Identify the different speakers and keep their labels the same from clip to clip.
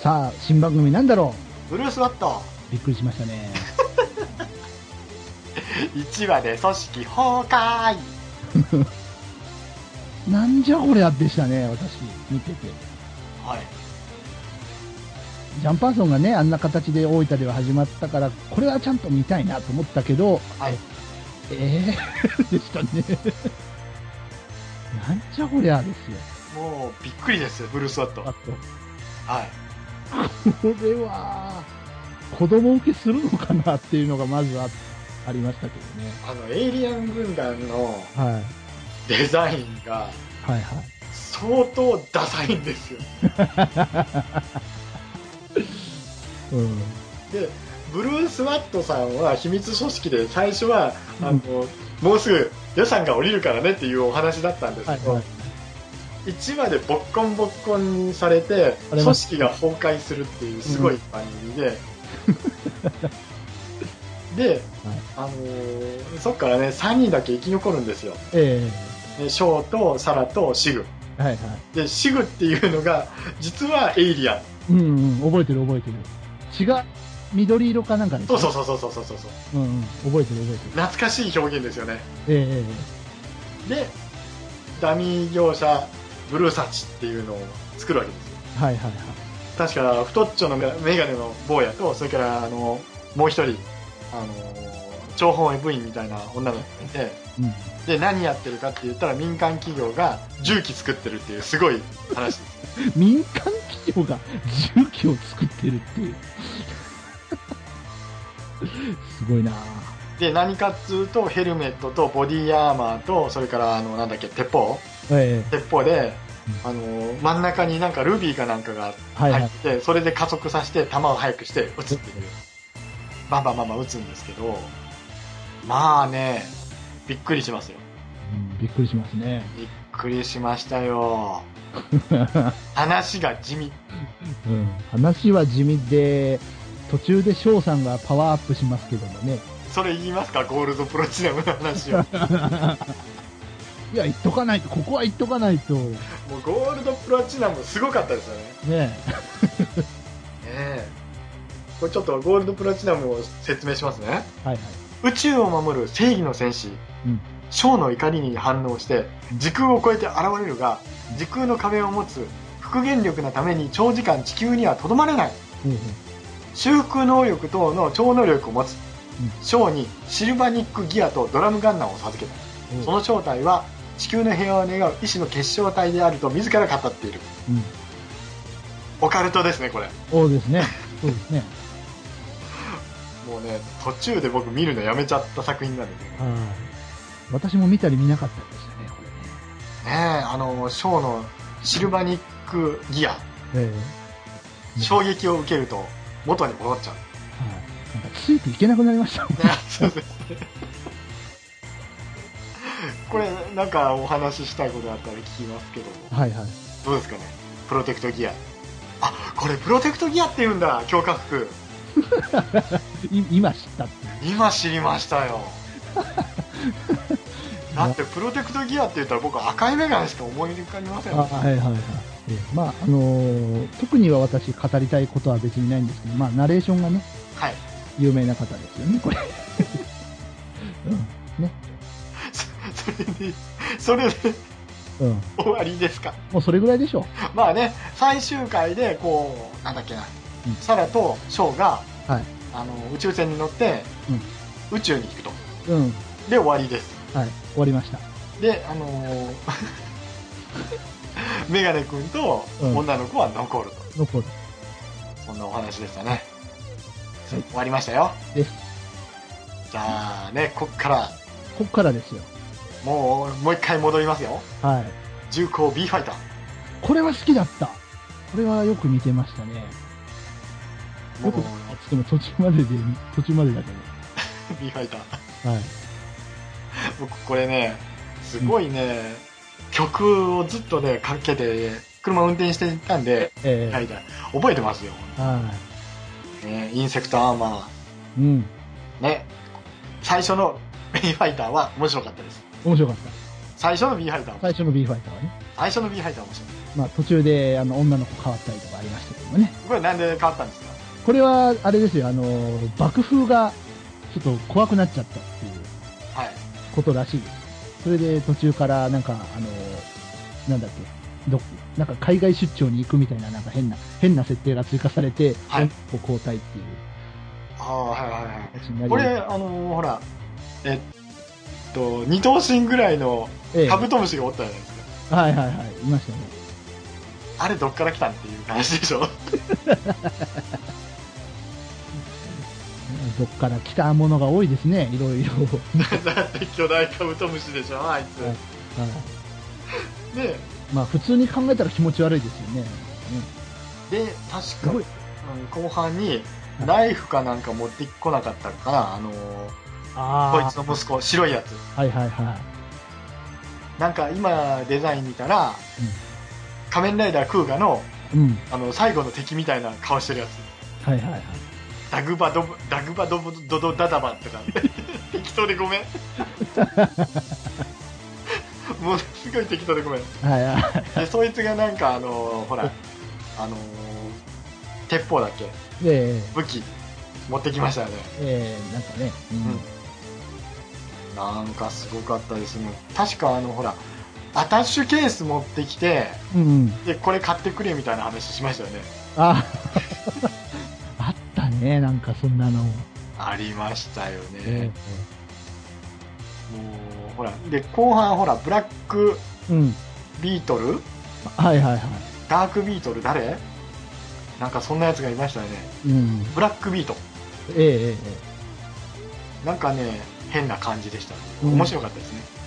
Speaker 1: さあ新番組なんだろ
Speaker 2: ブルース・ワット
Speaker 1: うびっくりしましたね
Speaker 2: 1話で組織崩壊
Speaker 1: なんじゃこりゃでしたね私見てて
Speaker 2: はい
Speaker 1: ジャンパーソンがねあんな形で大分では始まったからこれはちゃんと見たいなと思ったけど
Speaker 2: はい
Speaker 1: ええ でしたねなんじゃこりゃですよ
Speaker 2: もうびっくりですブルース・ワット
Speaker 1: あ
Speaker 2: は
Speaker 1: と
Speaker 2: い
Speaker 1: これは子供受けするのかなっていうのがまずあありましたけどね、
Speaker 2: あのエイリアン軍団の
Speaker 1: はい、
Speaker 2: デザインが
Speaker 1: はいはい
Speaker 2: 相当ダサいんですよ
Speaker 1: うん
Speaker 2: でブルース・ワットさんは秘密組織で最初はあの、もうすぐ予算が下りるからねっていうお話だったんです
Speaker 1: は
Speaker 2: け
Speaker 1: い
Speaker 2: ど、
Speaker 1: はい
Speaker 2: 1話でボッコンボッコンにされて
Speaker 1: あれ
Speaker 2: 組織が崩壊するっていうすごい番組で、で、あのーそっからね3人だけ生き残るんですよ
Speaker 1: え
Speaker 2: でショーとサラとシグ
Speaker 1: えはいはい
Speaker 2: でシグっていうのが実はエイリア
Speaker 1: う
Speaker 2: ン
Speaker 1: ん、うん、覚えてる覚えてる血が緑色かなんかで
Speaker 2: そうそううそうそうそうそうそう
Speaker 1: うん、うん、覚えてる覚えてる
Speaker 2: 懐かしい表現ですよね
Speaker 1: え
Speaker 2: でダミー業者ブルーサチっていうのを作るわけですよ
Speaker 1: えはいはいはい
Speaker 2: 確か太っちょのメガネの坊やとそれからあのもう一人あの諜報部員みたいな女の子がいて
Speaker 1: うん
Speaker 2: で何やってるかって言ったら民間企業が重機作ってるっていうすごい話です
Speaker 1: 民間企業が重機を作ってるっていうすごいな
Speaker 2: で何かっつうとヘルメットとボディアーマーとそれからあのなんだっけ鉄砲
Speaker 1: ええ
Speaker 2: 鉄砲で、あの真ん中になんかルビーかなんかが
Speaker 1: はいはい
Speaker 2: 入って、それで加速させて球を速くして打つっていうバンバンバンバン打つんですけどまあねびっくりしますよ
Speaker 1: うんびっくりしますね
Speaker 2: びっくりしましたよ話が地味
Speaker 1: うん、話は地味で、途中で翔さんがパワーアップしますけどもね。
Speaker 2: それ言いますかゴールドプロチナムの 話をも
Speaker 1: いや、言っとかないと、ここは言っとかないと、ね
Speaker 2: うゴールドプロチナムすごかったですよねね
Speaker 1: え。
Speaker 2: えこれちょっとゴールドプロチナムを説明しますね
Speaker 1: はいはい。
Speaker 2: 宇宙を守る正義の戦士、
Speaker 1: うん
Speaker 2: ショーの怒りに反応して時空を超えて現れるが時空の壁を持つ復元力のために長時間地球にはとどまれない
Speaker 1: うんうん
Speaker 2: 修復能力等の超能力を持つ、
Speaker 1: う
Speaker 2: ショーにシルバニックギアとドラムガンナーを授けた、
Speaker 1: うん
Speaker 2: その正体は地球の平和を願う意志の結晶体であると自ら語っている
Speaker 1: うん。
Speaker 2: オカルトですねこれ
Speaker 1: そうですね。そうですね。
Speaker 2: もうね途中で僕見るのやめちゃった作品なんですよね
Speaker 1: はい。私も見たり見なかったりでしたね、こ
Speaker 2: えあのショーのシルバニックギア
Speaker 1: れね。えうん
Speaker 2: 衝撃を受けると元に戻っちゃう。
Speaker 1: えはい。なんかついていけなくなりました。
Speaker 2: これなんかお話ししたいことあったら聞きますけども
Speaker 1: はいはい。
Speaker 2: どうですかねプロテクトギアあこれプロテクトギアって言うんだ強化服
Speaker 1: い今知ったっていう。
Speaker 2: 今知りました よだってプロテクトギアって言ったら僕赤いメガネしか思い浮かびません
Speaker 1: あはいはいはい。ええまあ、あのー特には私語りたいことは別にないんですけど、まあ、ナレーションがね、
Speaker 2: はい
Speaker 1: 有名な方ですよね、これ。 うん。ね。
Speaker 2: そそれでそれで
Speaker 1: うん。
Speaker 2: 終わりですか
Speaker 1: もうそれぐらいでしょ
Speaker 2: まあね最終回でこうなんだっけな、
Speaker 1: うん
Speaker 2: サラとショーが、
Speaker 1: はい
Speaker 2: あの宇宙船に乗って、宇宙に行くと
Speaker 1: う。うん。
Speaker 2: で終わりです
Speaker 1: はい。終わりました。
Speaker 2: であの ーメガネ君と
Speaker 1: うん
Speaker 2: 女の子は残ると、
Speaker 1: 残る。
Speaker 2: そんなお話でしたね、
Speaker 1: はい
Speaker 2: 終わりましたよ
Speaker 1: です
Speaker 2: じゃあねこっから
Speaker 1: こっからですよ。
Speaker 2: もうもう一回戻りますよ
Speaker 1: はい。
Speaker 2: 重工 B ファイター
Speaker 1: これは好きだった。これはよく見てましたね。
Speaker 2: も
Speaker 1: よく、
Speaker 2: う
Speaker 1: つっても途中までで、途中までだけ
Speaker 2: B ファイター
Speaker 1: ど。はい。
Speaker 2: 僕これねすごいね、曲をずっとねかけて車運転していたんで、
Speaker 1: ええ
Speaker 2: はいはい覚えてますよ、
Speaker 1: は
Speaker 2: ね、インセクトアーマ
Speaker 1: い。うん。
Speaker 2: ーね最初の B ファイターは面白かったです
Speaker 1: 面白かった。
Speaker 2: 最初の B ファイター
Speaker 1: 最初の B ファイターはね。
Speaker 2: 最初の B ファイターは面白かっ
Speaker 1: まあ、途中であの女の子変わったりとかありましたけどもね。
Speaker 2: これなんで変わったんですか
Speaker 1: これは、あれですよ、あの、爆風がちょっと怖くなっちゃったっていう
Speaker 2: はい。
Speaker 1: ことらしいです。それで途中から、なんか、あの、なんだっけ、どっなんか海外出張に行くみたいな、なんか変な、変な設定が追加されて、
Speaker 2: はい
Speaker 1: こう交代っていう
Speaker 2: ああ、はいはいはい。
Speaker 1: 形になり
Speaker 2: これ、あのーほら、えっと、二頭身ぐらいの
Speaker 1: ええ
Speaker 2: カブトムシがおったじゃないですか。
Speaker 1: はいはいはい、いましたね。
Speaker 2: あれどっから来たんっていう話でしょ。
Speaker 1: どっから来たものが多いですね、いろいろ。
Speaker 2: だって巨大カブトムシでしょ、あいつ。
Speaker 1: はいはい
Speaker 2: で、
Speaker 1: まあ、普通に考えたら気持ち悪いですよね。
Speaker 2: で、
Speaker 1: す
Speaker 2: 確
Speaker 1: ご
Speaker 2: か
Speaker 1: い。
Speaker 2: うん後半に、ナイフかなんか持ってこなかったのかな、あのーこい
Speaker 1: あ
Speaker 2: つの息子、白いやつ。
Speaker 1: あ、はいはいはい。
Speaker 2: なんか今、デザイン見たら、仮面ライダークーガの、
Speaker 1: うん。
Speaker 2: あの、最後の敵みたいな顔してるやつ。
Speaker 1: はいはいはい。
Speaker 2: ダグバドブ、ダグバドブドドダダバ とか、適当でごめん。ものすごい適当でごめん。
Speaker 1: はいはい。
Speaker 2: で、そいつがなんかあのーほら、あのー鉄砲だっけ
Speaker 1: で、
Speaker 2: 武器持ってきましたよね。
Speaker 1: えー、なんかね、
Speaker 2: なんかすごかったですね。確かあの、ほら、アタッシュケース持ってきて、
Speaker 1: うん。うん。
Speaker 2: で、これ買ってくれみたいな話しましたよね。
Speaker 1: あ あったね、なんかそんなの。
Speaker 2: ありましたよ
Speaker 1: え
Speaker 2: ね。もう、ほら、で、後半ほら、ブラック
Speaker 1: ー、うん。
Speaker 2: ビートル
Speaker 1: はいはいは
Speaker 2: ダークビートル誰なんかそんなやつがいましたよね。
Speaker 1: い。うん。
Speaker 2: ブラックビート。
Speaker 1: えええええ
Speaker 2: なんかね、変な感じでした。
Speaker 1: うん
Speaker 2: 面白かったですね。
Speaker 1: え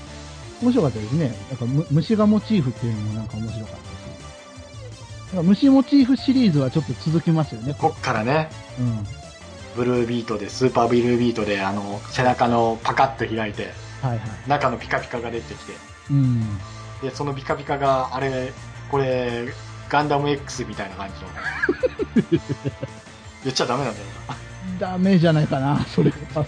Speaker 1: 面白かったですね。なんかむ虫がモチーフっていうのもなんか面白かったし。なんか虫モチーフシリーズはちょっと続きますよね。
Speaker 2: こっからね、
Speaker 1: うん。
Speaker 2: ブルービートで、スーパーブルービートで、あの、背中のパカッと開いて、
Speaker 1: はいはい。
Speaker 2: 中のピカピカが出てきて、
Speaker 1: うん。
Speaker 2: で、そのピカピカが、あれ、これ、ガンダム X みたいな感じの。 言っちゃダメなんだよ
Speaker 1: ダメじゃないかな、 それは。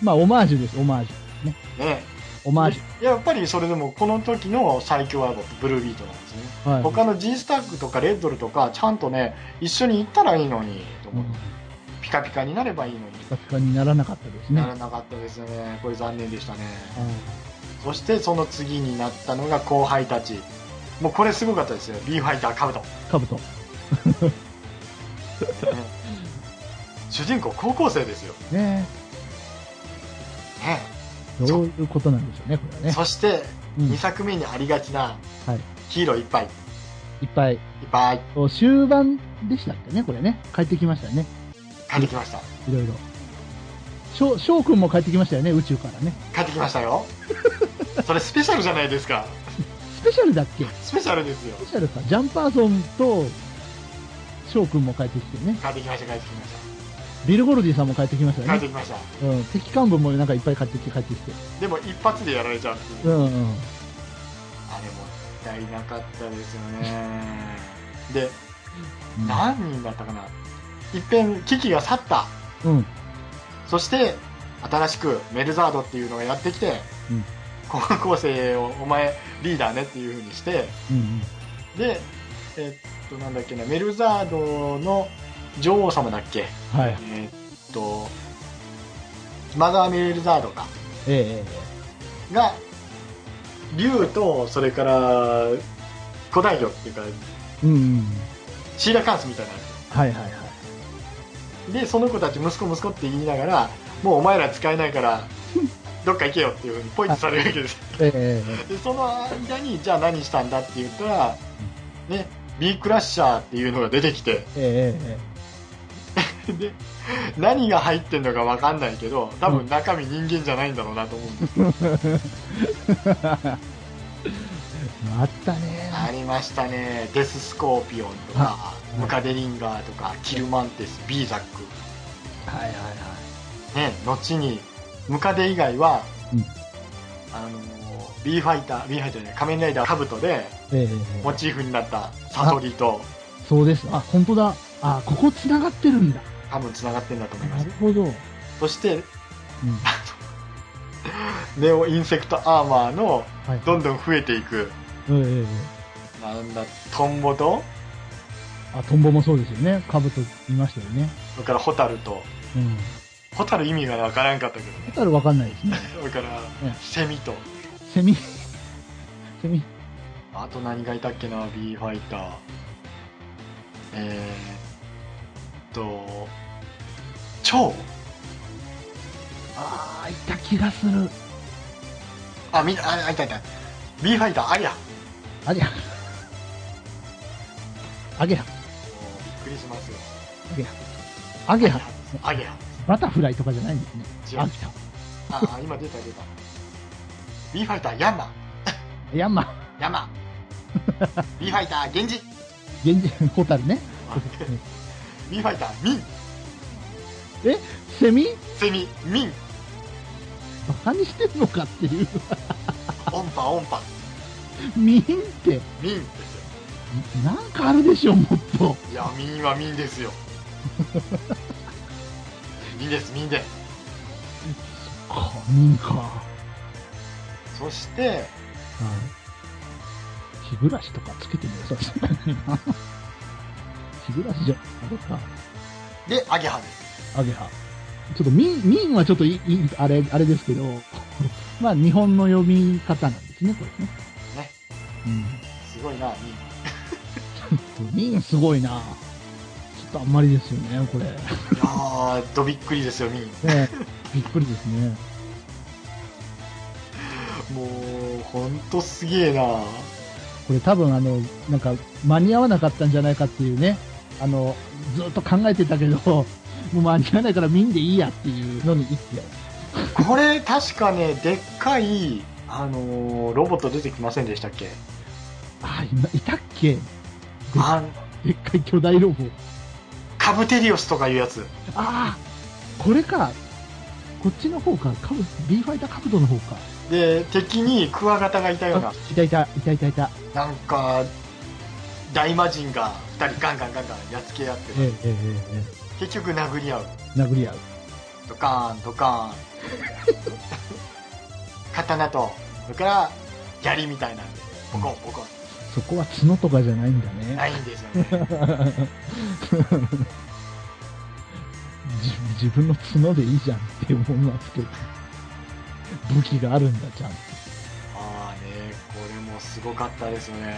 Speaker 1: まあ、オマージュです、オマージュ。ね。
Speaker 2: な。ね
Speaker 1: オマージ
Speaker 2: やっぱりそれでも、この時の最強はブルービートなんですね。
Speaker 1: ュ。はい。
Speaker 2: 他の G スタックとかレッドルとかちゃんとね一緒に行ったらいいのにと
Speaker 1: う
Speaker 2: 思
Speaker 1: ん
Speaker 2: って、ピカピカになればいいのに、
Speaker 1: ピカピカにならなかったですね。
Speaker 2: な
Speaker 1: は
Speaker 2: らなかったですねこれ残念でしたね
Speaker 1: い
Speaker 2: そしてその次になったのが後輩たちもうこれすごかったですよ B ファイターカブト、ね
Speaker 1: カブト。
Speaker 2: 主人公高校生ですよ、
Speaker 1: ね
Speaker 2: ね
Speaker 1: どういうことなんでしょうね、これはね。
Speaker 2: そして
Speaker 1: うん
Speaker 2: 2作目にありがちな
Speaker 1: はい
Speaker 2: ヒーローいっぱいいっ
Speaker 1: いっぱい。
Speaker 2: ぱい
Speaker 1: お終盤でしたっけね、これね。帰ってきましたよね、
Speaker 2: 帰ってきました
Speaker 1: いろいろ。翔翔くんも帰ってきましたよね、宇宙からね。
Speaker 2: 帰ってきましたよそれスペシャルじゃないですか
Speaker 1: スペシャルだっけス
Speaker 2: スペシャルですよ
Speaker 1: ペシャルか。ジャンパーソンと翔くんも帰ってきてね。
Speaker 2: 帰ってきました帰ってきました
Speaker 1: ビル・ゴルディさんも帰ってきました
Speaker 2: 帰っ
Speaker 1: よ
Speaker 2: て
Speaker 1: ね。
Speaker 2: きました
Speaker 1: うん。敵幹部もなんかいっぱい帰ってきて、帰ってきて。
Speaker 2: でも一発でやられちゃうっていう
Speaker 1: ん
Speaker 2: う、
Speaker 1: うん。
Speaker 2: あれもったいなかったですよねで
Speaker 1: うん
Speaker 2: 何人だったかな一遍危機が去った
Speaker 1: うん。
Speaker 2: そして新しくメルザードっていうのがやってきて、
Speaker 1: うん
Speaker 2: 高校生をお前リーダーねっていう風にして
Speaker 1: うん
Speaker 2: でえっとなんだっけなメルザードの女王様だっけ
Speaker 1: うん。はい。
Speaker 2: えっとマガーメルザードか
Speaker 1: ええ
Speaker 2: が竜とそれから古代魚っていうか
Speaker 1: ええうんうん。
Speaker 2: シーラカンスみたいなや
Speaker 1: はいはいはい。
Speaker 2: つでその子たち息子息子って言いながらもうお前ら使えな いからどっか行けよっていうふうにポイントされるわけです
Speaker 1: ええ
Speaker 2: でその間にじゃあ何したんだって言ったらね B クラッシャーっていうのが出てきて
Speaker 1: ええええ
Speaker 2: で何が入ってんのか分かんないけど多分中身人間じゃないんだろうなと思うんです、
Speaker 1: あったね。
Speaker 2: ありましたねデススコーピオンとかムカデリンガーとかキルマンテスビーザック
Speaker 1: はいはいはい。
Speaker 2: ね、後にムカデ以外は、
Speaker 1: うん
Speaker 2: あのー B ファイター B ファイターじゃない仮面ライダーカブトで
Speaker 1: ええええ
Speaker 2: モチーフになったサトリと
Speaker 1: そうです。あ、本当だ。あ、ここ繋がってるんだ。
Speaker 2: 多分繋がってるんだと思いま
Speaker 1: な
Speaker 2: す、
Speaker 1: るほど。うん。
Speaker 2: そしてネオインセクトアーマーの
Speaker 1: はい。
Speaker 2: どんどん増えていく
Speaker 1: ええええ
Speaker 2: なんだ、トンボと、
Speaker 1: あ、トンボもそうですよね。カブトいましたよね。
Speaker 2: それからホタルと、
Speaker 1: うん。
Speaker 2: ホタル意味がわからんかったけどね。
Speaker 1: ホタルわかんないですね。
Speaker 2: それから
Speaker 1: うん、
Speaker 2: セミと、
Speaker 1: セミ、セミ、
Speaker 2: あと何がいたっけな、ビーファイター。えー、っと、蝶
Speaker 1: ああ、いた気がする。
Speaker 2: あ、み、あ、あいたいた。ビーファイター、ありゃ。も
Speaker 1: ありゃ。アゲハ、
Speaker 2: うびっくりしますよ。
Speaker 1: アゲハ。アゲハ、
Speaker 2: あげゃ。
Speaker 1: バタフライとかじゃないんですね。
Speaker 2: 違
Speaker 1: ア
Speaker 2: う
Speaker 1: ゲ。ハ。
Speaker 2: あ、あ今出た出た。ビーファイター、ヤンマ。
Speaker 1: ヤンマ、
Speaker 2: ヤンマ。ビーファイター、ゲンジ。
Speaker 1: 源氏、ホタルね。
Speaker 2: ビーファイター、ミン。
Speaker 1: え、セミ
Speaker 2: セミ、ミン。
Speaker 1: バカにしてんのかっていう。
Speaker 2: オンパ、オンパ。
Speaker 1: ミンって、
Speaker 2: ミンですよ。
Speaker 1: なんかあるでしょ、もっと。
Speaker 2: いや、ミンはミンです よ。ミンです、ミンです。
Speaker 1: か、ミンか。は
Speaker 2: そして、
Speaker 1: い。日暮らしとかつけても良さそうだね。日暮らしじゃ、あれか。
Speaker 2: で、アゲハです。
Speaker 1: アゲハ。ちょっとミン、ミンはちょっといい、いいあれ、あれですけど、まあ日本の読み方なんですね、これね。
Speaker 2: ね。
Speaker 1: う
Speaker 2: すごいな、ミン。
Speaker 1: ん。ミンすごいなちょっとあんまりですよね、これ。ね
Speaker 2: いやー、どびっくりですよ、ミン。
Speaker 1: えびっくりですね。
Speaker 2: もう、ほんとすげえな
Speaker 1: これ多分あの、なんか間に合わなかったんじゃないかっていうね、あの、ずっと考えてたけど、もう間に合わないからミンでいいやっていうのに一票。
Speaker 2: これ、確かね、でっかい、あのーロボット出てきませんでしたっ け
Speaker 1: あ、今いたっけ
Speaker 2: あん、
Speaker 1: でっかい巨大ロボ。
Speaker 2: カブテリオスとかいうやつ。
Speaker 1: ああ、これか。こっちの方か。カブ、B ファイター角度の方か。
Speaker 2: で、敵にクワガタがいたよう
Speaker 1: あ
Speaker 2: な、
Speaker 1: いたいた、いたいたいた。
Speaker 2: なんか、大魔人が二人ガンガンガンガンやっつけ合って、
Speaker 1: えええええ
Speaker 2: 結局殴り合う。
Speaker 1: え。殴り合う。
Speaker 2: ドカーン、ド カーン。刀と、それから、槍みたいなんで、ボコン、ボコン。
Speaker 1: そこは角とかじゃないんだね。
Speaker 2: ないんですよね。
Speaker 1: 自自分の角でいいじゃんって思いますけど。武器があるんだ、ちゃんと。
Speaker 2: ああね、これもすごかったですよね。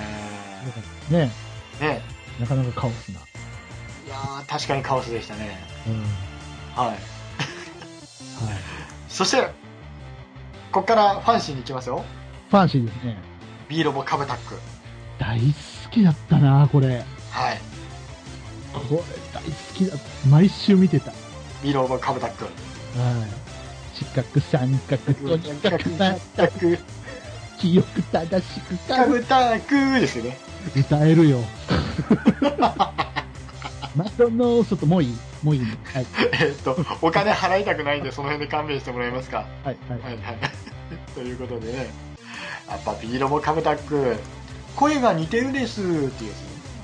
Speaker 1: ね
Speaker 2: ね、
Speaker 1: なかなかカオスな。
Speaker 2: いやー確かにカオスでしたね。
Speaker 1: うん。は
Speaker 2: はい。
Speaker 1: い。
Speaker 2: そして、こっからファンシーに行きますよ。
Speaker 1: ファンシーですね。
Speaker 2: B ロボカブタック。
Speaker 1: 大好きだったな、これ。
Speaker 2: はい。
Speaker 1: これ大好きだった。毎週見てた。
Speaker 2: B ロボカブタッ ク。
Speaker 1: はい。四角三角とにかくなった
Speaker 2: タク、
Speaker 1: 記憶正しく
Speaker 2: カ
Speaker 1: かぶ
Speaker 2: ブタックですよね。
Speaker 1: 歌える よ。窓の外もういいもういいねはい。
Speaker 2: えっと、お金払いたくないんで、その辺で勘弁してもらえますか。
Speaker 1: はい。はい。
Speaker 2: はいはい。 ということでね、やっぱ B ロボカブタック、声が似てるですっていうやつね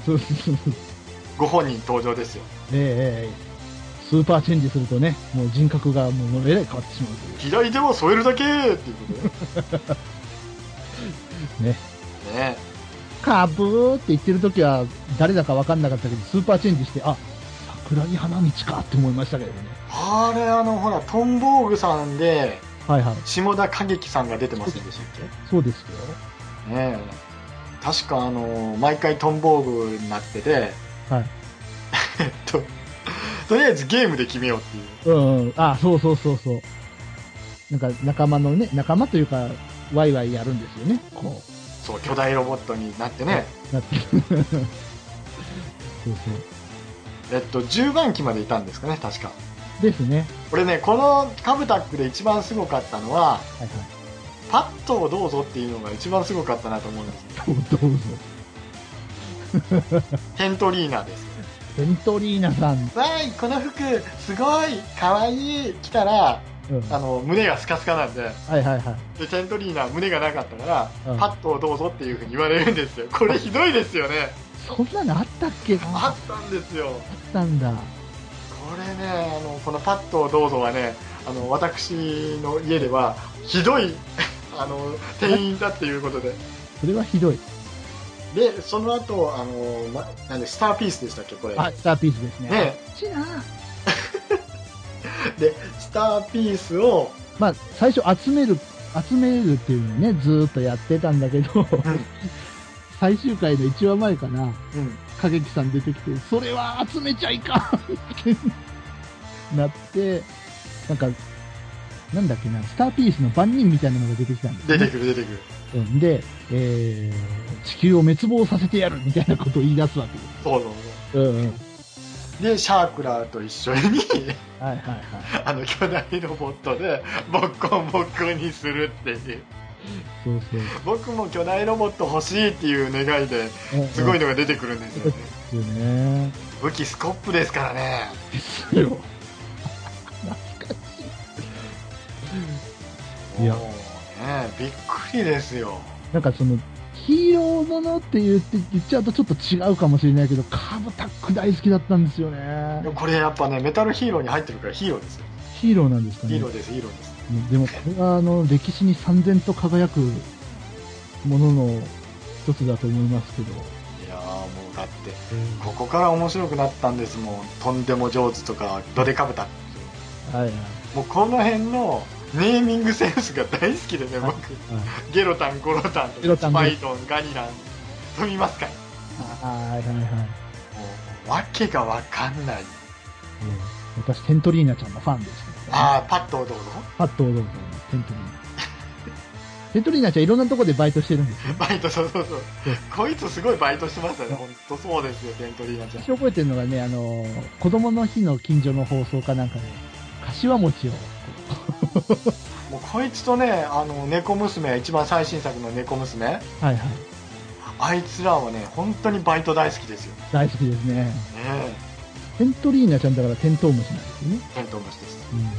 Speaker 1: そうそうそう。
Speaker 2: ご本人登場ですよ。
Speaker 1: ええええスーパーチェンジするとね、もう人格がもうえらい変わってしまうとい
Speaker 2: 左手を添えるだけっていうことで。
Speaker 1: うね。
Speaker 2: ね
Speaker 1: カブーって言ってる時は誰だか分かんなかったけど、スーパーチェンジして、あ、桜木花道かって思いましたけどね。
Speaker 2: あれあのほらトンボーグさんで
Speaker 1: はいはい。
Speaker 2: 下田景樹さんが出てませんでしたっ
Speaker 1: そうですよ。
Speaker 2: けねえ確かあの毎回トンボーグになってて
Speaker 1: はい。
Speaker 2: えっと とりあえずゲームで決めようっていう
Speaker 1: うん、うん。あ、そうそうそうそう。なんか仲間のね、仲間というか、ワイワイやるんですよね。こ
Speaker 2: そう巨大ロボットになってね
Speaker 1: う、なって。 そうそう。
Speaker 2: えっと10番機までいたんですかね確か
Speaker 1: ですね。
Speaker 2: 俺ねこのカブタックで一番すごかったのは
Speaker 1: はいはい。
Speaker 2: パッとをどうぞっていうのが一番すごかったなと思うんですよ
Speaker 1: どうぞどうぞ。
Speaker 2: テントリーナですよ
Speaker 1: ベントリーナさん。
Speaker 2: わーいこの服すごいかわいい着たら
Speaker 1: うん。
Speaker 2: あ
Speaker 1: は
Speaker 2: の胸がスカスカなんで
Speaker 1: いはいはい。
Speaker 2: でテントリーナは胸がなかったから、
Speaker 1: うん
Speaker 2: パッとどうぞっていうふうに言われるんですよこれひどいですよね
Speaker 1: そんなのあったっけ
Speaker 2: あ
Speaker 1: あ
Speaker 2: ったんですよこ
Speaker 1: ったんだ。
Speaker 2: れねあのこの「パッとどうぞ」はねあの私の家では ひどいあの店員だっていうことで
Speaker 1: それはひどい。
Speaker 2: で、その後、あの、ななんで、スターピースでしたっけ、これ。
Speaker 1: あ、スターピースですね。
Speaker 2: ね、
Speaker 1: 欲しいな
Speaker 2: で、スターピースを、
Speaker 1: まあ、最初集める、集めるっていうのね、ずーっとやってたんだけど、最終回の1話前かな、
Speaker 2: うん、
Speaker 1: 影木さん出てきて、それは集めちゃいかんってなって、なんか、なんだっけな、スターピースの番人みたいなのが出てきたんです、
Speaker 2: 出
Speaker 1: ね。
Speaker 2: てくる、出てくる。
Speaker 1: うんで、えー地球を滅亡させてやるみたいなことを言い出すわけで
Speaker 2: そうそう
Speaker 1: す。うんうん。
Speaker 2: そう。で、シャークラーと一緒に、
Speaker 1: は いはいはい。
Speaker 2: あの、巨大ロボットで、ボッコンボッコンにするっていう。
Speaker 1: そうそう。
Speaker 2: 僕も巨大ロボット欲しいっていう願いで、
Speaker 1: うんうん
Speaker 2: すごいのが出てくるんですよね。
Speaker 1: ですよね。
Speaker 2: 武器スコップですからね。
Speaker 1: ですよ。いや
Speaker 2: もうね、びっくりですよ。
Speaker 1: なんかその、ヒーローものって言って言っちゃうとちょっと違うかもしれないけど、カブタック大好きだったんですよね
Speaker 2: で。もこれやっぱね、メタルヒーローに入ってるからヒーローですよ。
Speaker 1: ヒーローなんですかね。
Speaker 2: ヒーローです、ヒーローです。
Speaker 1: でもこれがあの歴史に三千と輝くものの一つだと思いますけど、
Speaker 2: いやーもうだって、ここから面白くなったんですもん。とんでも上手とか、ドデカブタ。
Speaker 1: はいはい
Speaker 2: もうこの辺のネーミングセンスが大好きでね、
Speaker 1: はい
Speaker 2: 僕。ゲロタン、ゴロタン
Speaker 1: ゲ
Speaker 2: と
Speaker 1: ロ
Speaker 2: か、
Speaker 1: タ
Speaker 2: ス
Speaker 1: ン
Speaker 2: パイトン、ガニラン、飛びますかい
Speaker 1: はいはいはい、
Speaker 2: もう、わけがわかんない。
Speaker 1: うん私テントリーナちゃんのファンですから、
Speaker 2: ああ、パッとどうぞ。
Speaker 1: パッと踊るとテントリーナ。テントリーナちゃんいろんなとこでバイトしてるんですよ。
Speaker 2: バイト、そうそうそう。こいつすごいバイトしてましたね。ほんとそうですよ、テントリーナちゃん
Speaker 1: 私。覚えてるのがね、あの子供の日の近所の放送かなんかで、柏餅をこ
Speaker 2: もうこいつとね、あの、猫娘、一番最新作の猫娘、
Speaker 1: う、はいはい、
Speaker 2: あいつらはね、本当にバイト大好きですよ。ね
Speaker 1: 大好きですね。
Speaker 2: え
Speaker 1: テントリーナちゃんだからテントウムシなんですよね。
Speaker 2: テントウムシです。
Speaker 1: うん、も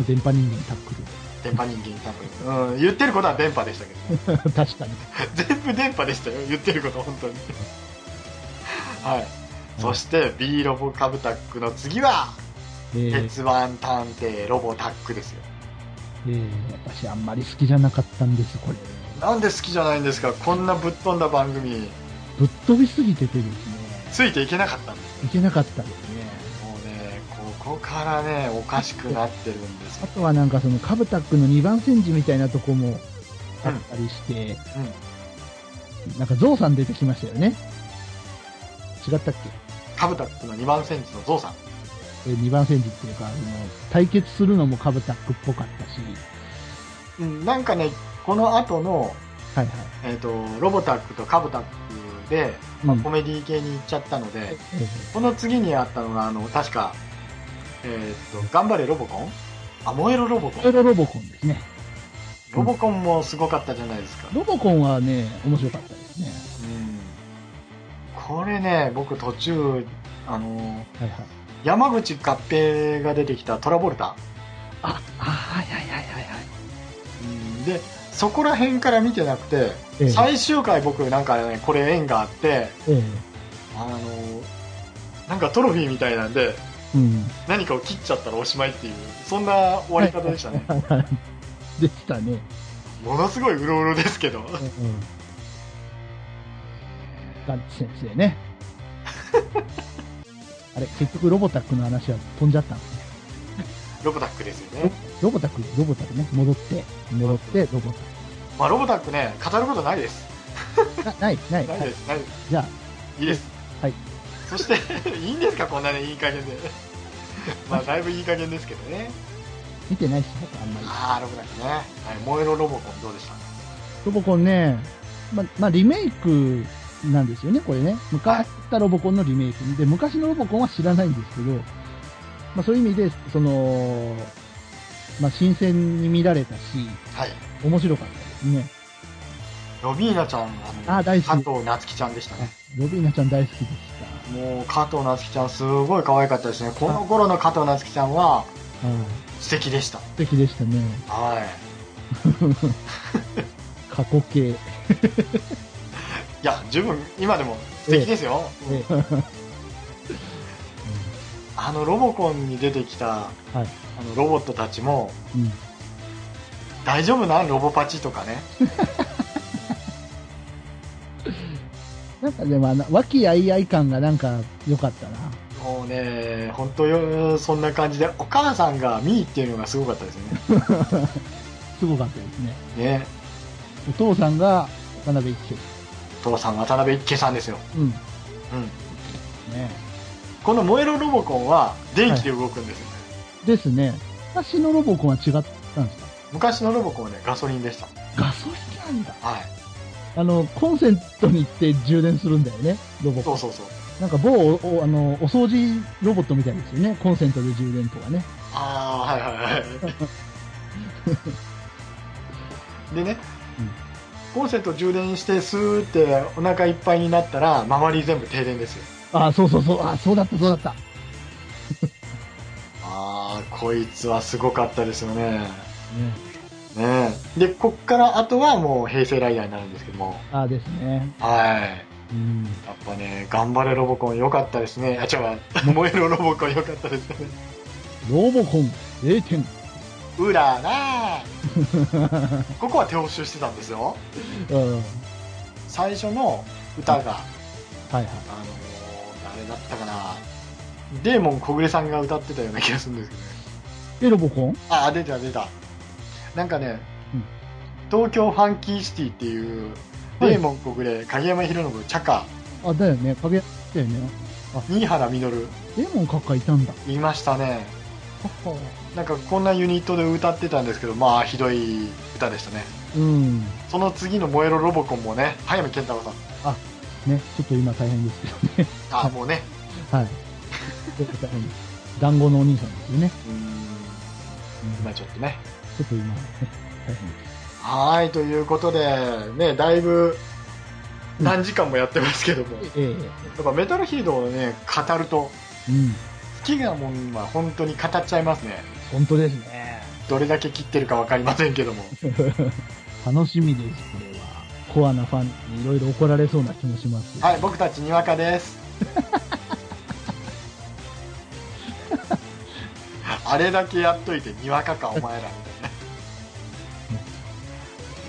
Speaker 1: う電波人間にタックル。
Speaker 2: 電波人間多分。うん、言ってることは電波でしたけど、ね、
Speaker 1: 確かに。
Speaker 2: 全部電波でしたよ、言ってること、本当 に。はい。そして、B ロボカブタックの次は、
Speaker 1: えー
Speaker 2: 鉄腕探偵ロボタックですよ。
Speaker 1: えー私あんまり好きじゃなかったんです、これ。
Speaker 2: なんで好きじゃないんですか、こんなぶっ飛んだ番組、
Speaker 1: ぶっ飛びすぎててですね、
Speaker 2: ついていけなかったんです。
Speaker 1: いけなかったですね。
Speaker 2: もうね、ここからね、おかしくなってるんですよ
Speaker 1: あ。とはなんかそのカブタックの2番戦時みたいなとこもあったりして、
Speaker 2: うん
Speaker 1: なんかゾウさん出てきましたよね。違ったっ
Speaker 2: カブタックの2番センチのゾウさん。
Speaker 1: けえ ?2 番戦時っていうか、あの、対決するのもカブタックっぽかったし、
Speaker 2: うん、なんかね、この後の、
Speaker 1: はいはい。
Speaker 2: えっ、と、ロボタックとカブタックで、
Speaker 1: まあ
Speaker 2: コメディ系に行っちゃったので、
Speaker 1: え
Speaker 2: この次にあったのが、あの、確か、えっ、と、頑張れロボコンあ、燃えろロボコ
Speaker 1: ー、それ
Speaker 2: ン。
Speaker 1: がロボコンですね。
Speaker 2: ロボコンもすごかったじゃないですか。
Speaker 1: ロボコンはね、面白かったですね。
Speaker 2: うん。これね、僕途中、あの、
Speaker 1: はいはい。
Speaker 2: 山口合平が出てきたトラボルタ。
Speaker 1: あ、あはいはいはいはいはい。
Speaker 2: うん、で、そこら辺から見てなくて、
Speaker 1: ええ
Speaker 2: 最終回僕なんかね、これ縁があって、
Speaker 1: ええ
Speaker 2: あのなんかトロフィーみたいなんで
Speaker 1: うん。
Speaker 2: 何かを切っちゃったらおしまいっていうそんな終わり方でしたね
Speaker 1: でしたね。
Speaker 2: ものすごいうろうろですけど
Speaker 1: ガッツ先生ね。 あれ、結局ロボタックの話は飛んじゃったんですね。
Speaker 2: ロボタックですよね、
Speaker 1: ロボタック、ロボタックね。戻って、戻って、ロボタ
Speaker 2: まあ、ロボタックね語ることないです
Speaker 1: ック。なない、ない。
Speaker 2: ない
Speaker 1: は
Speaker 2: で
Speaker 1: い
Speaker 2: すないです
Speaker 1: じゃあ、
Speaker 2: いいです
Speaker 1: はい
Speaker 2: そしていいんですかこんなねいい加減でまあだいぶいい加減ですけどね
Speaker 1: 見てないし、僕あんまり。
Speaker 2: ああロボタックね、はい、燃えろロボコンどうでした
Speaker 1: ロボコンね、ま、まあ、リメイクなんですよね、これね。昔だったロボコンのリメイク。で、昔のロボコンは知らないんですけど、まあ、そういう意味で、その、まあ、新鮮に見られたし、
Speaker 2: はい
Speaker 1: 面白かったですね。
Speaker 2: ロビーナちゃんあの
Speaker 1: あー大好き
Speaker 2: 加藤夏希ちゃんでしたね
Speaker 1: ロビーナちゃん大好きでし
Speaker 2: もう加藤夏希ちゃんすごい可愛かったですねこの頃の加藤夏希ちゃんは
Speaker 1: た。はい。
Speaker 2: 素敵でした
Speaker 1: 素敵でしたね。
Speaker 2: はい
Speaker 1: 過去形。
Speaker 2: いや十分今でも素敵ですよ、
Speaker 1: ええ
Speaker 2: あのロボコンに出てきたあ
Speaker 1: はい。
Speaker 2: のロボットたちも
Speaker 1: うん。
Speaker 2: 大丈夫なんロボパチとかね
Speaker 1: でもあの、和気あいあい感がなんか良かったな。
Speaker 2: もうね、本当よ、そんな感じで、お母さんがミーっていうのがすごかったですね。
Speaker 1: すごかったですね。
Speaker 2: ね、
Speaker 1: お父さんが渡辺一輝。
Speaker 2: 父さん渡辺一家さんですよ。
Speaker 1: うん。
Speaker 2: うん。
Speaker 1: ね
Speaker 2: この燃えろロボコンは電気で動くんですよ、
Speaker 1: ですね。昔のロボコンは違ったんですか
Speaker 2: 昔のロボコンはね、ガソリンでした。
Speaker 1: ガソリンなんだ。
Speaker 2: はい。
Speaker 1: あの、コンセントに行って充電するんだよね、ロボコ
Speaker 2: そう
Speaker 1: ン。
Speaker 2: そうそう。
Speaker 1: なんか某おおあの、お掃除ロボットみたいですよね。コンセントで充電とかね。
Speaker 2: ああ、はいはい はい。でね、
Speaker 1: うん
Speaker 2: コンセント充電してスーってお腹いっぱいになったら、周り全部停電ですよ。
Speaker 1: ああ、そうそうそう。ああ、そうだった、そうだった。
Speaker 2: ああ、こいつはすごかったですよね。
Speaker 1: ね、
Speaker 2: ねえで、こっからあとはもう平成ライダーになるんですけども。
Speaker 1: ああですね。
Speaker 2: はい。
Speaker 1: うん。
Speaker 2: やっぱね、頑張れロボコン良かったですね。あ、違う、 燃えろロボコン良かったですね。
Speaker 1: ロボコン0点。
Speaker 2: うらら ーここは手押ししてたんですよ。
Speaker 1: うん。はい
Speaker 2: 最初の歌が、
Speaker 1: はい。
Speaker 2: あのー、誰だったかな。デーモン小暮さんが歌ってたような気がするんですけどね。
Speaker 1: え、ロボコン
Speaker 2: あ、出た出た。なんかね、
Speaker 1: うん
Speaker 2: 東京ファンキーシティっていう、
Speaker 1: はい
Speaker 2: デーモン小暮、影山博信、チャカ、
Speaker 1: あ、だよね。影、だよね。
Speaker 2: 新原実、
Speaker 1: デーモン閣下いたんだ。
Speaker 2: いましたね。
Speaker 1: はは
Speaker 2: なんかこんなユニットで歌ってたんですけど、まあひどい歌でしたね。
Speaker 1: うん。
Speaker 2: その次の燃えろロボコンもね、早見健太郎さん。
Speaker 1: ね、ちょっと今大変ですけどね。
Speaker 2: あ、もうね。
Speaker 1: はい。ちょっと大変です。団子のお兄さんですよね。
Speaker 2: うーん。まあちょっとね。
Speaker 1: ちょっと今、ね、大変です。
Speaker 2: はーい、ということで、ね、だいぶ
Speaker 1: うん
Speaker 2: 何時間もやってますけども。
Speaker 1: ええ
Speaker 2: やっぱメタルヒーローをね、語ると、
Speaker 1: うん。
Speaker 2: 好きなもんは本当に語っちゃいますね。
Speaker 1: 本当ですね。
Speaker 2: どれだけ切ってるかわかりませんけど も。
Speaker 1: 楽しみです、これは。コアなファンにいろいろ怒られそうな気もします。
Speaker 2: はい、僕たちにわかです。 あれだけやっといてにわかかお前らみたいな。ね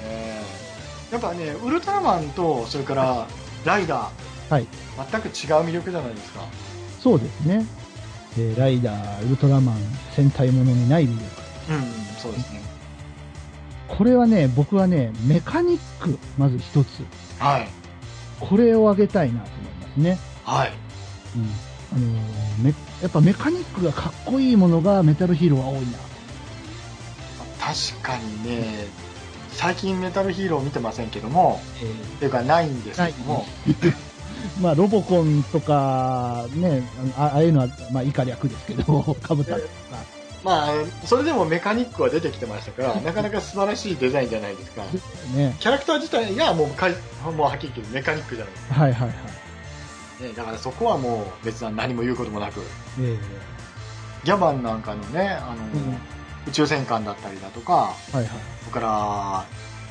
Speaker 2: えやっぱね、ウルトラマンとそれからライダー、
Speaker 1: はい
Speaker 2: 全く違う魅力じゃないですか。
Speaker 1: そうですね。えーライダー、ウルトラマン、戦隊ものにない魅力。
Speaker 2: うん、そうですね。
Speaker 1: これはね、僕はね、メカニック、まず一つ。
Speaker 2: はい、
Speaker 1: これを挙げたいなと思いますね。
Speaker 2: はい、
Speaker 1: うん。あのーめやっぱメカニックがかっこいいものがメタルヒーローは多いな。
Speaker 2: 確かにね、最近メタルヒーロー見てませんけども、っていうかないんですけども、
Speaker 1: まあ、ロボコンとか、ね、あああいうのは、まあ、以下略ですけど、 かぶったりとか。
Speaker 2: まあ、それでもメカニックは出てきてましたから、なかなか素晴らしいデザインじゃないですか。
Speaker 1: ね。
Speaker 2: キャラクター自体がもうかい、もうはっきり言ってメカニックじゃないです
Speaker 1: はいはいはい。
Speaker 2: か、ね。だからそこはもう別に何も言うこともなく、
Speaker 1: ええ
Speaker 2: ギャバンなんかのね、
Speaker 1: う
Speaker 2: あの、
Speaker 1: ん
Speaker 2: 宇宙戦艦だったりだとか、
Speaker 1: はいはい。
Speaker 2: それから、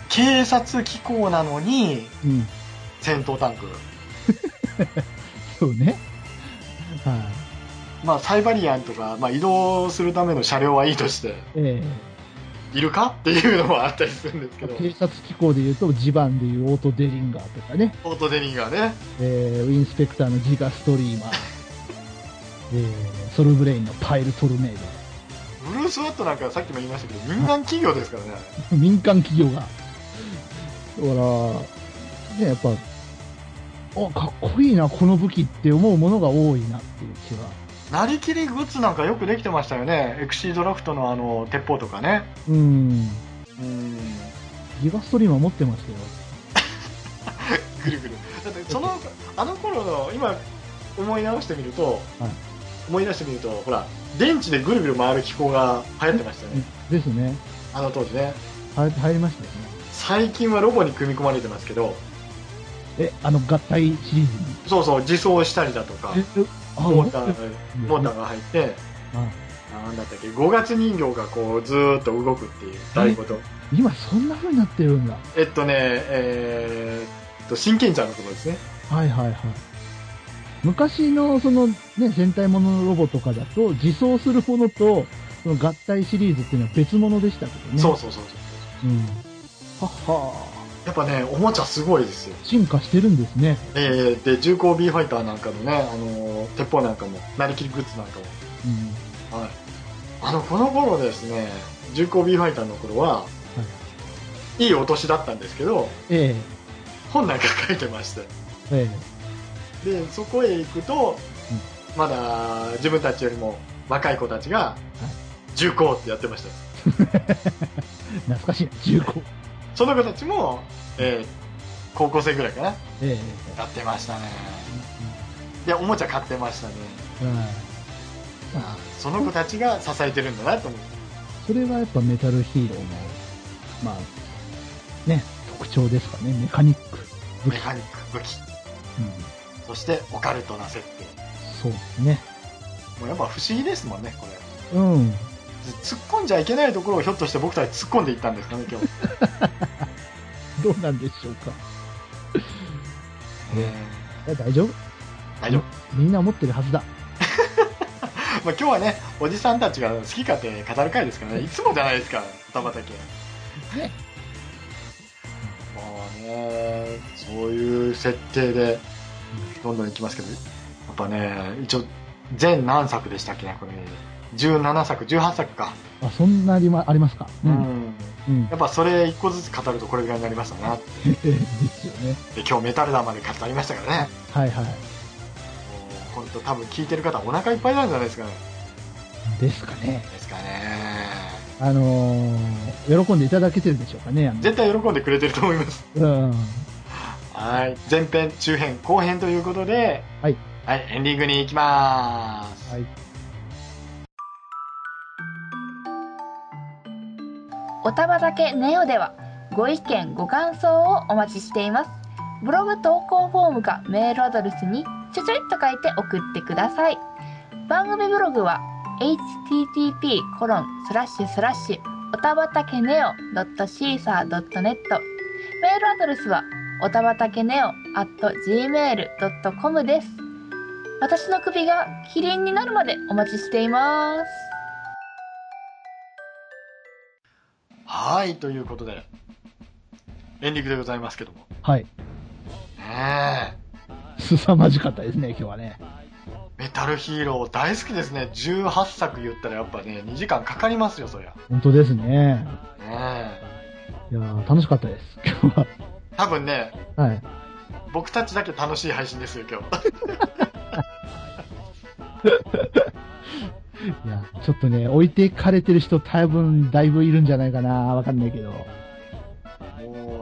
Speaker 2: 警察機構なのに
Speaker 1: うん。
Speaker 2: 戦闘タンク。
Speaker 1: そうね。はい。
Speaker 2: まあサイバリアンとか、まあ移動するための車両はいいとして、
Speaker 1: え
Speaker 2: いるかっていうのもあったりするんです
Speaker 1: え
Speaker 2: けど、
Speaker 1: 警察機構でいうと、ジバンでいうオートデリンガーとかね、
Speaker 2: オートデニーがね、
Speaker 1: ええインスペクターのギガストリーマー、 ええソルブレインのパイルトルネー
Speaker 2: ブルース・ワットなんかさっきも言いましたけど、民間企業ですからね。
Speaker 1: ド、 民間企業が。だから、ね、やっぱ、おかっこいいな、この武器って思うものが多いなっていう気は。
Speaker 2: なりきりグッズなんかよくできてましたよね。エクシードラフトのあの、鉄砲とかね。
Speaker 1: うん。
Speaker 2: うん。
Speaker 1: ギガストリーマー持ってましたよ。
Speaker 2: ぐるぐる。だって、その、あの頃の、今、思い直してみると、
Speaker 1: はい
Speaker 2: 思い出してみると、ほら、電池でぐるぐる回る機構が流行ってましたよね。
Speaker 1: ですね。
Speaker 2: あの当時ね。
Speaker 1: は入りましたよね。
Speaker 2: 最近はロボに組み込まれてますけど、
Speaker 1: え、あの合体シリーズに。
Speaker 2: そうそう、自走したりだとか、
Speaker 1: え、あ
Speaker 2: モータ
Speaker 1: 持って
Speaker 2: ー、モーターが入って、
Speaker 1: あ
Speaker 2: なんだったっけ、5月人形がこう、ずーっと動くっていう、どういうこと。
Speaker 1: 今そんな風になってるんだ。
Speaker 2: えっとね、えーっと、真剣ちゃんのところですね。
Speaker 1: はいはいはい。昔のそのね、戦隊もののロボとかだと、自走するものと、その合体シリーズっていうのは別物でしたけどね。
Speaker 2: そうそうそうそう。
Speaker 1: うん。はっは
Speaker 2: やっぱね、おもちゃすごいですよ。
Speaker 1: 進化してるんですね。
Speaker 2: えー、で、重工 B ファイターなんかのね、あのー鉄砲なんかも、なりきりグッズなんかも
Speaker 1: うん。
Speaker 2: はい、あのこの頃ですね重工 B ファイターの頃は、い、いお年だったんですけど
Speaker 1: え
Speaker 2: 本なんか書いてまして
Speaker 1: ええ
Speaker 2: でそこへ行くと、まだ自分たちよりも若い子たちが重工ってやってました
Speaker 1: え懐かしい。重工。
Speaker 2: その子たちも、えー高校生ぐらいかな
Speaker 1: ええ
Speaker 2: やってましたねでおもちゃ買ってましたね
Speaker 1: うんうん
Speaker 2: あーその子たちが支えてるんだなと思って
Speaker 1: それはやっぱメタルヒーローの、まあ、ね、特徴ですかね。メカニック。武器
Speaker 2: メカニック武器
Speaker 1: うん。
Speaker 2: そしてオカルトな設定
Speaker 1: そうですね。
Speaker 2: もうやっぱ不思議ですもんねこれ
Speaker 1: うん。
Speaker 2: 突っ込んじゃいけないところをひょっとして僕たち突っ込んでいったんですかね、今日。
Speaker 1: どうなんでしょうか。ええ大丈夫
Speaker 2: 大丈夫。
Speaker 1: みんな思ってるはずだ。
Speaker 2: まあ今日はね、おじさんたちが好き勝手語る回ですからね、いつもじゃないですか、二畑家。
Speaker 1: ね
Speaker 2: まあね、そういう設定で、どんどんいきますけど、やっぱね、一応、全何作でしたっけね、これ。17作、18作か。
Speaker 1: あ、そんなありまありますか。うん。うん。
Speaker 2: やっぱそれ一個ずつ語るとこれぐらいになりましたな。
Speaker 1: ですよね。
Speaker 2: で今日メタルダーまで語りましたからね。
Speaker 1: はいはい。
Speaker 2: 本当多分聞いてる方お腹いっぱいなんじゃないですかね。
Speaker 1: ですかね。
Speaker 2: ですかね。
Speaker 1: あのー喜んでいただけてるでしょうかね。あの
Speaker 2: 絶対喜んでくれてると思います。
Speaker 1: うん。
Speaker 2: はい。前編、中編、後編ということで、
Speaker 1: はい。
Speaker 2: はい、エンディングに行きます。
Speaker 1: はい。
Speaker 3: おたばだけネオではご意見ご感想をお待ちしていますブログ投稿フォームかメールアドレスにちょちょいっと書いて送ってください番組ブログは http コロンスラッシュスラッシュおたばたけねお .caesar.net メールアドレスはおたばたけねお .gmail.com です私の首がキリンになるまでお待ちしています
Speaker 2: はい、ということで、エンディングでございますけども。
Speaker 1: はい。
Speaker 2: ね
Speaker 1: 凄まじかったですね、今日はね。
Speaker 2: え、メタルヒーロー大好きですね。18作言ったらやっぱね、2時間かかりますよ、そりゃ。
Speaker 1: 本当ですね。
Speaker 2: ね
Speaker 1: いやー楽しかったです、今日は。
Speaker 2: え。多分ね、
Speaker 1: はい。
Speaker 2: 僕たちだけ楽しい配信ですよ、今日。
Speaker 1: いや、ちょっとね、置いてかれてる人多分だいぶいるんじゃないかな。わかんないけど。
Speaker 2: も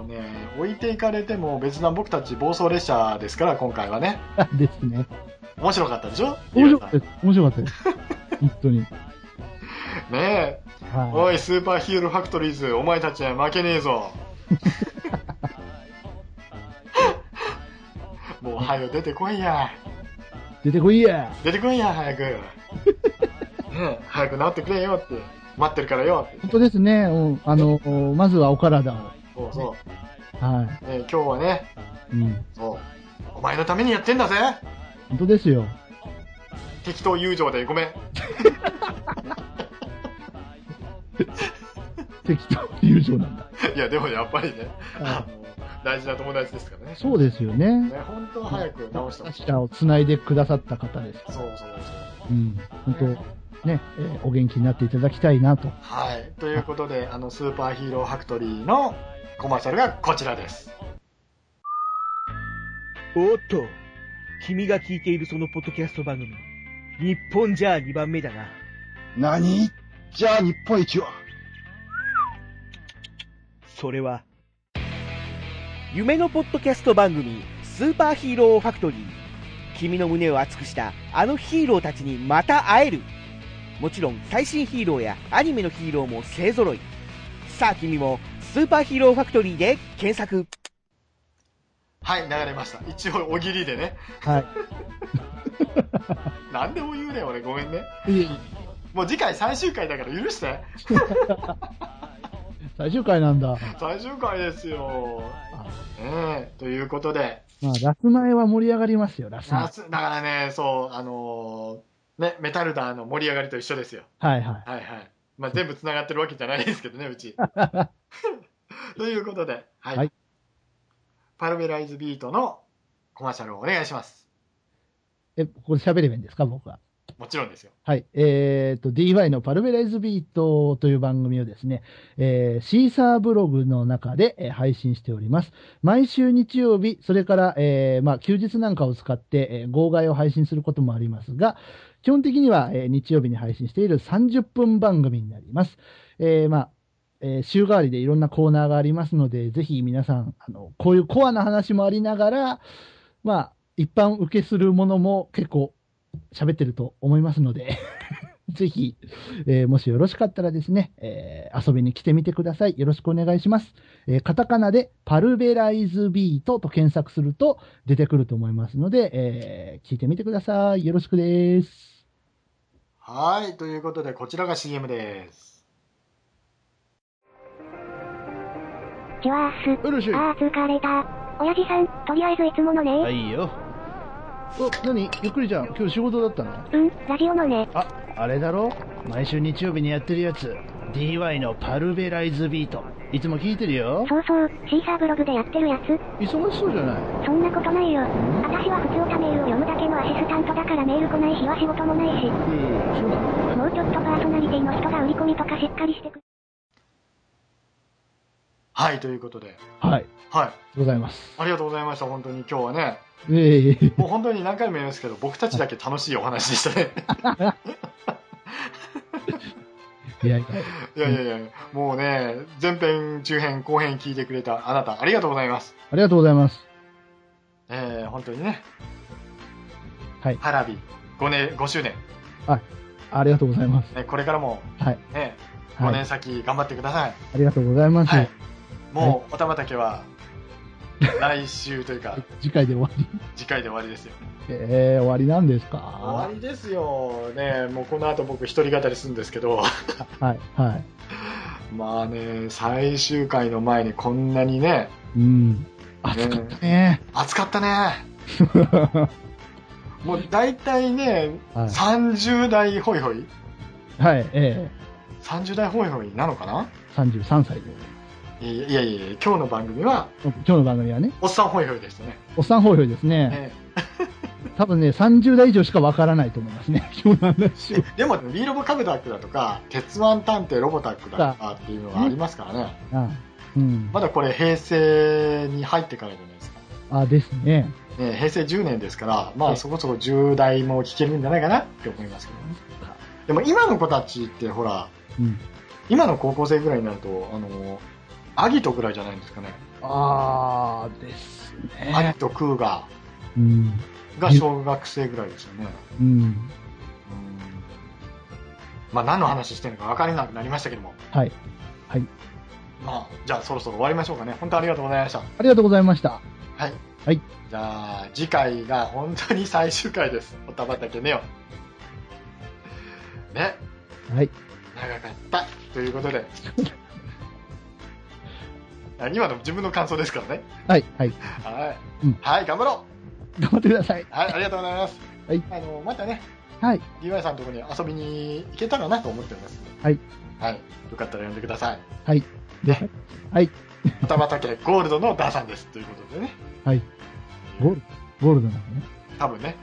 Speaker 2: うね、置いていかれても別な僕たち暴走列車ですから、今回はね。
Speaker 1: ですね。
Speaker 2: 面白かったでしょ
Speaker 1: 面白かったです。面白かったです。本当に。
Speaker 2: ねえ。
Speaker 1: は
Speaker 2: おい、スーパーヒーローファクトリーズ、お前たちには負けね えぞ。もう、はよ出てこいや。
Speaker 1: い。出てこいや。
Speaker 2: 出てこいや、早く。ねえ早くなってくれよって。待ってるからよって。
Speaker 1: 本当ですね。うんあの、おまずはお体を。
Speaker 2: そうそ
Speaker 1: は
Speaker 2: う。ねえ、今日はね、
Speaker 1: い。うん。
Speaker 2: そう。お前のためにやってんだぜ
Speaker 1: 本当ですよ。
Speaker 2: 適当友情でごめん。
Speaker 1: 適当友情なんだ。
Speaker 2: いや、でもやっぱりね、
Speaker 1: は
Speaker 2: あの大事な友達ですからね。
Speaker 1: いそうですよね。
Speaker 2: ね、本当は早く直してほしい。
Speaker 1: 者をつないでくださった方です。
Speaker 2: そうそうそう。
Speaker 1: うん。本当、ね、えーお元気になっていただきたいなと。
Speaker 2: はい。ということで、あの、スーパーヒーローファクトリーのコマーシャルがこちらです。
Speaker 4: おっと、君が聞いているそのポッドキャスト番組、日本じゃ2番目だな。
Speaker 5: 何じゃあ日本一は
Speaker 4: それは、夢のポッドキャスト番組、スーパーヒーローファクトリー。君の胸を熱くしたあのヒーローたちにまた会える。もちろん最新ヒーローやアニメのヒーローも勢揃い。さあ君も、スーパーヒーローファクトリーで検索。
Speaker 2: はい、流れました。一応、おぎりでね。
Speaker 1: は
Speaker 2: なんでも言うね、俺。ごめんね。
Speaker 1: い。
Speaker 2: もう次回最終回だから許して。
Speaker 1: 最終回なんだ。
Speaker 2: 最終回ですよ。ねえ、ということで、
Speaker 1: まあ、ラス前は盛り上がりますよ、ラス前。
Speaker 2: 夏だからね、そう、あのーね、メタルダーの盛り上がりと一緒ですよ。
Speaker 1: はいはい。
Speaker 2: はいはい。まあ、 全部繋がってるわけじゃないですけどね、うち。ということで、はい。
Speaker 1: はい
Speaker 2: パルベライズビートのコマーシャルをお願いします。
Speaker 1: え、ここで喋ればいいんですか、僕は。
Speaker 2: もちろんですよ。
Speaker 1: はい。えっ、と、DY のパルベライズビートという番組をですね、えーシーサーブログの中で、えー配信しております。毎週日曜日、それから、えーまあ、休日なんかを使って、えー号外を配信することもありますが、基本的には、えー日曜日に配信している30分番組になります。えーまあ、えー週替わりでいろんなコーナーがありますので、ぜひ皆さん、あの、こういうコアな話もありながら、まあ、一般受けするものも結構喋ってると思いますので、ぜひ、えーもしよろしかったらですね、えー遊びに来てみてください。よろしくお願いします。えーカタカナでパルベライズビートと検索すると出てくると思いますので、えー聞いてみてください。よろしくです。
Speaker 2: はい。ということで、こちらが CM です。
Speaker 6: キュアース。
Speaker 1: うるし
Speaker 6: ああ、疲れた。親父さん、とりあえずいつものね。
Speaker 7: いよ。
Speaker 1: お、何ゆっくりじゃん。今日仕事だったの
Speaker 6: うん、ラジオのね。
Speaker 7: あ、あれだろ毎週日曜日にやってるやつ。DY のパルベライズビート。いつも聞いてるよ。
Speaker 6: そうそう、シーサーブログでやってるやつ。
Speaker 7: 忙しそうじゃない
Speaker 6: そんなことないよ。私は普通たメールを読むだけのアシスタントだからメール来ない日は仕事もないし、
Speaker 7: うん、そうだ。
Speaker 6: もうちょっとパーソナリティの人が売り込みとかしっかりしてく。
Speaker 2: はい。ということで、
Speaker 1: はい。
Speaker 2: はい。
Speaker 1: ございます。
Speaker 2: ありがとうございました。本当に今日はね、
Speaker 1: ええ
Speaker 2: もう本当に何回も言いますけど、僕たちだけ楽しいお話でした ね。
Speaker 1: いやいや、
Speaker 2: いやいやいや、もうね、前編、中編、後編聞いてくれたあなた、ありがとうございます。
Speaker 1: ありがとうございます。
Speaker 2: えー、本当にね、
Speaker 1: はい
Speaker 2: 花火5年、5周年、
Speaker 1: ありがとうございます。
Speaker 2: ね、これからも、
Speaker 1: はい。
Speaker 2: ね、5
Speaker 1: はい。
Speaker 2: 年先頑張ってください。
Speaker 1: ありがとうございます。
Speaker 2: はい。もう、おたまたけは、来週というか、
Speaker 1: 次回で終わり。
Speaker 2: 次回で終わりですよ。
Speaker 1: えー、終わりなんですか
Speaker 2: 終わりですよ。ね、もうこの後僕一人語りするんですけど、
Speaker 1: はい、はい。
Speaker 2: まあね、最終回の前にこんなにね、
Speaker 1: うん。暑かったね。
Speaker 2: 暑かったね。もう大体ね、
Speaker 1: はい。
Speaker 2: 30代ホイホイ
Speaker 1: はい、え
Speaker 2: ?30 代ホイホイなのかな
Speaker 1: え33歳で。
Speaker 2: いやいやいやいや、今日の番組は、
Speaker 1: 今日の番組はね、
Speaker 2: おっさんホイホイでしたね。
Speaker 1: おっさん放評ですね。
Speaker 2: ね
Speaker 1: 多分ね、30代以上しかわからないと思いますね。 今日の話を。
Speaker 2: でも、ビーロボカブタックだとか、鉄腕探偵ロボタックだとかっていうのがありますからね。
Speaker 1: あうん。
Speaker 2: まだこれ平成に入ってからじゃないですか。
Speaker 1: あ、ですね。
Speaker 2: ね、平成10年ですから、ま
Speaker 1: は
Speaker 2: あ
Speaker 1: い
Speaker 2: そこそこ10代も聞けるんじゃないかなって思いますけどね。でも今の子たちってほら、
Speaker 1: うん。
Speaker 2: 今の高校生ぐらいになると、あの、アギトぐらいじゃないんですかね。
Speaker 1: あー、です
Speaker 2: アギ。トクーガ
Speaker 1: うん。
Speaker 2: ーが小学生ぐらいですよね。
Speaker 1: うん。
Speaker 2: うんまあ何の話してるのか分からなくなりましたけども。
Speaker 1: はい。
Speaker 2: まあ、じゃあそろそろ終わりましょうかね。本当ありがとうございました。
Speaker 1: ありがとうございました。
Speaker 2: はい。
Speaker 1: はい。
Speaker 2: じゃあ、次回が本当に最終回です。おたばたけねよ。ね、
Speaker 1: はい。
Speaker 2: 長かった。ということで。 あ今の自分の感想ですからね。
Speaker 1: はい。はい。
Speaker 2: はい。
Speaker 1: うん
Speaker 2: はい、頑張ろ
Speaker 1: 頑張ってください。
Speaker 2: う。はい、ありがとうございます。
Speaker 1: はい。
Speaker 2: あの、またね、
Speaker 1: はい。
Speaker 2: DY さんのところに遊びに行けたらなと思っております。
Speaker 1: はい。
Speaker 2: はい。よかったら呼んでください。
Speaker 1: はい。
Speaker 2: ね。
Speaker 1: はい。
Speaker 2: おたばたけゴールドのダーさんです。ということでね。
Speaker 1: はい。ゴールゴールドな
Speaker 2: 多分ね。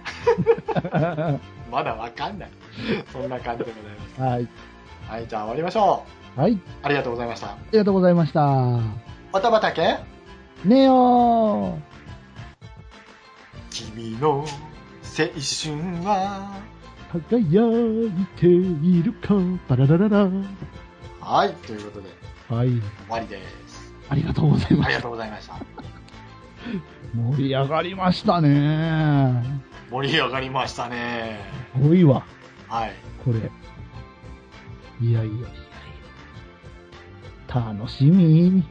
Speaker 1: のね。
Speaker 2: まだわかんない。そんな感じでございます。
Speaker 1: はい。
Speaker 2: はい、じゃあ終わりましょ
Speaker 1: はい。
Speaker 2: う。ありがとうございました。
Speaker 1: ありがとうございました。
Speaker 2: おたばたけ
Speaker 1: ねよー。
Speaker 2: 君の青春は。
Speaker 1: 輝いているか、パララララ。
Speaker 2: はい、ということで、
Speaker 1: はい。
Speaker 2: 終わりです。
Speaker 1: ありがとうございま
Speaker 2: あり
Speaker 1: す。
Speaker 2: がとうございました。
Speaker 1: 盛り上がりましたね。
Speaker 2: 盛り上がりましたね。
Speaker 1: すごいわ、
Speaker 2: はい。
Speaker 1: これ。いやいやいやいや。楽しみ。